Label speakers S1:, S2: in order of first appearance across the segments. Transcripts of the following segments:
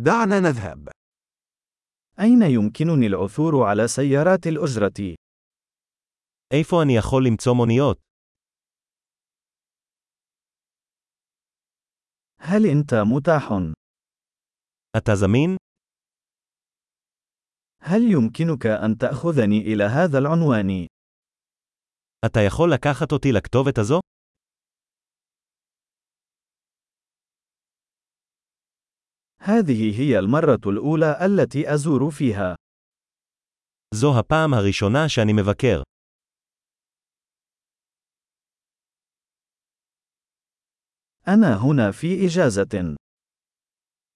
S1: دعنا نذهب.
S2: أين يمكنني العثور على سيارات الأجرة؟
S3: איפה אני יכול למצוא מוניות?
S2: هل أنت متاح؟
S3: אתה זמין?
S2: هل يمكنك أن تأخذني إلى هذا العنوان؟
S3: אתה יכול לקחת אותי לכתובת הזו?
S2: هذه هي المرة الأولى التي أزور فيها.
S3: זו הפעם הראשונה שאני מבקר.
S2: أنا هنا في إجازة.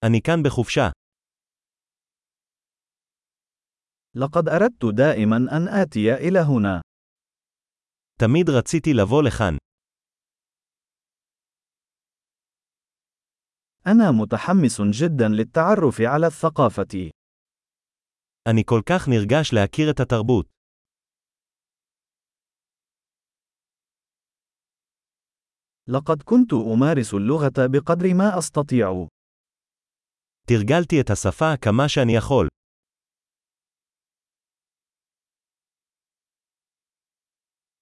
S3: אני כאן בחופשה.
S2: لقد أردت دائما أن آتي إلى هنا.
S3: תמיד רציתי לבוא לכאן.
S2: أنا متحمس جدا للتعرف على الثقافة.
S3: אני כל כך נרגש להכיר את התרבות.
S2: لقد كنت أمارس اللغة بقدر ما أستطيع.
S3: תרגלתי את השפה כמה שאני יכול.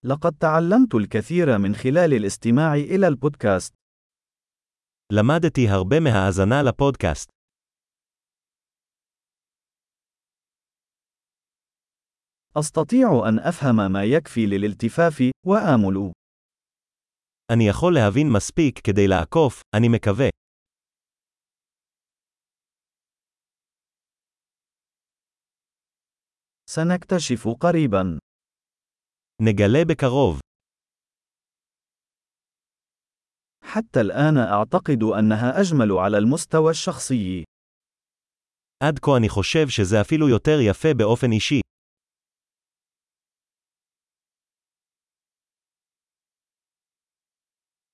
S2: لقد تعلمت الكثير من خلال الاستماع إلى البودكاست.
S3: למדתי הרבה מההאזנה לפודקאסט.
S2: أستطيع أن أفهم ما يكفي للالتفاف وآمل.
S3: אני יכול להבין מספיק כדי לעקוף, אני מקווה.
S2: سنكتشف قريبا.
S3: נגלה בקרוב.
S2: حتى الآن أعتقد أنها أجمل على المستوى الشخصي.
S3: עד כה אני חושב שזה אפילו יותר יפה באופן אישי.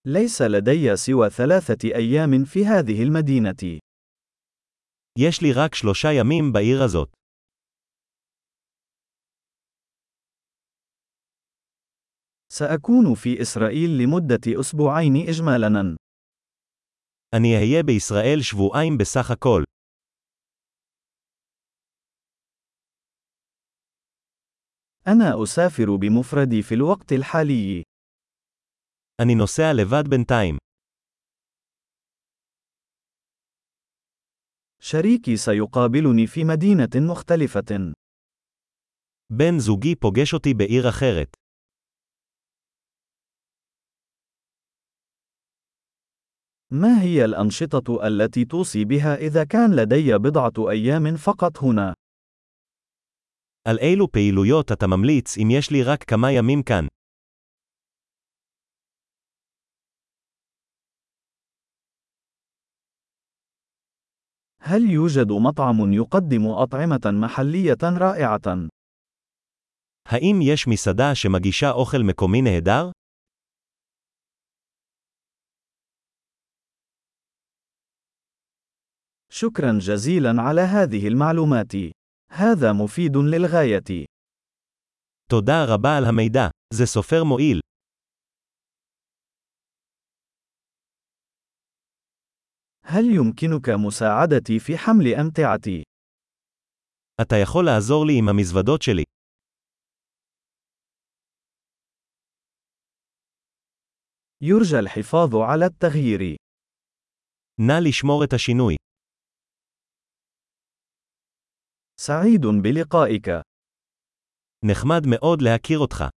S2: ليس لدي سوى ثلاثة أيام في هذه المدينة.
S3: יש לי רק שלושה ימים בעיר הזאת.
S2: سأكون في إسرائيل لمدة أسبوعين إجمالاً.
S3: אני אהיה בישראל שבועיים בסך הכל.
S2: أنا أسافر بمفردي في الوقت الحالي.
S3: אני נוסע לבד בינתיים.
S2: شريكي سيقابلني في مدينة مختلفة.
S3: בן זוגי פוגש אותי בעיר אחרת.
S2: ما هي الأنشطة التي توصي بها إذا كان لدي بضعة أيام فقط هنا؟
S3: על אילו פעילויות אתה ממליץ אם יש לי רק כמה ימים כאן?
S2: هل يوجد مطعم يقدم أطعمة محلية رائعة؟
S3: האם יש מסעדה שמגישה אוכל מקומי נהדר?
S2: شكرا جزيلا على هذه المعلومات. هذا مفيد للغاية.
S3: תודה רבה על המידע. זה סופר מועיל.
S2: هل يمكنك مساعدتي في حمل أمتعتي؟
S3: אתה יכול לעזור לי עם המזוודות שלי.
S2: يرجى الحفاظ على التغيير.
S3: נא לשמור את השינוי.
S2: سعيد بلقائك.
S3: נחמד מאוד להכיר אותך.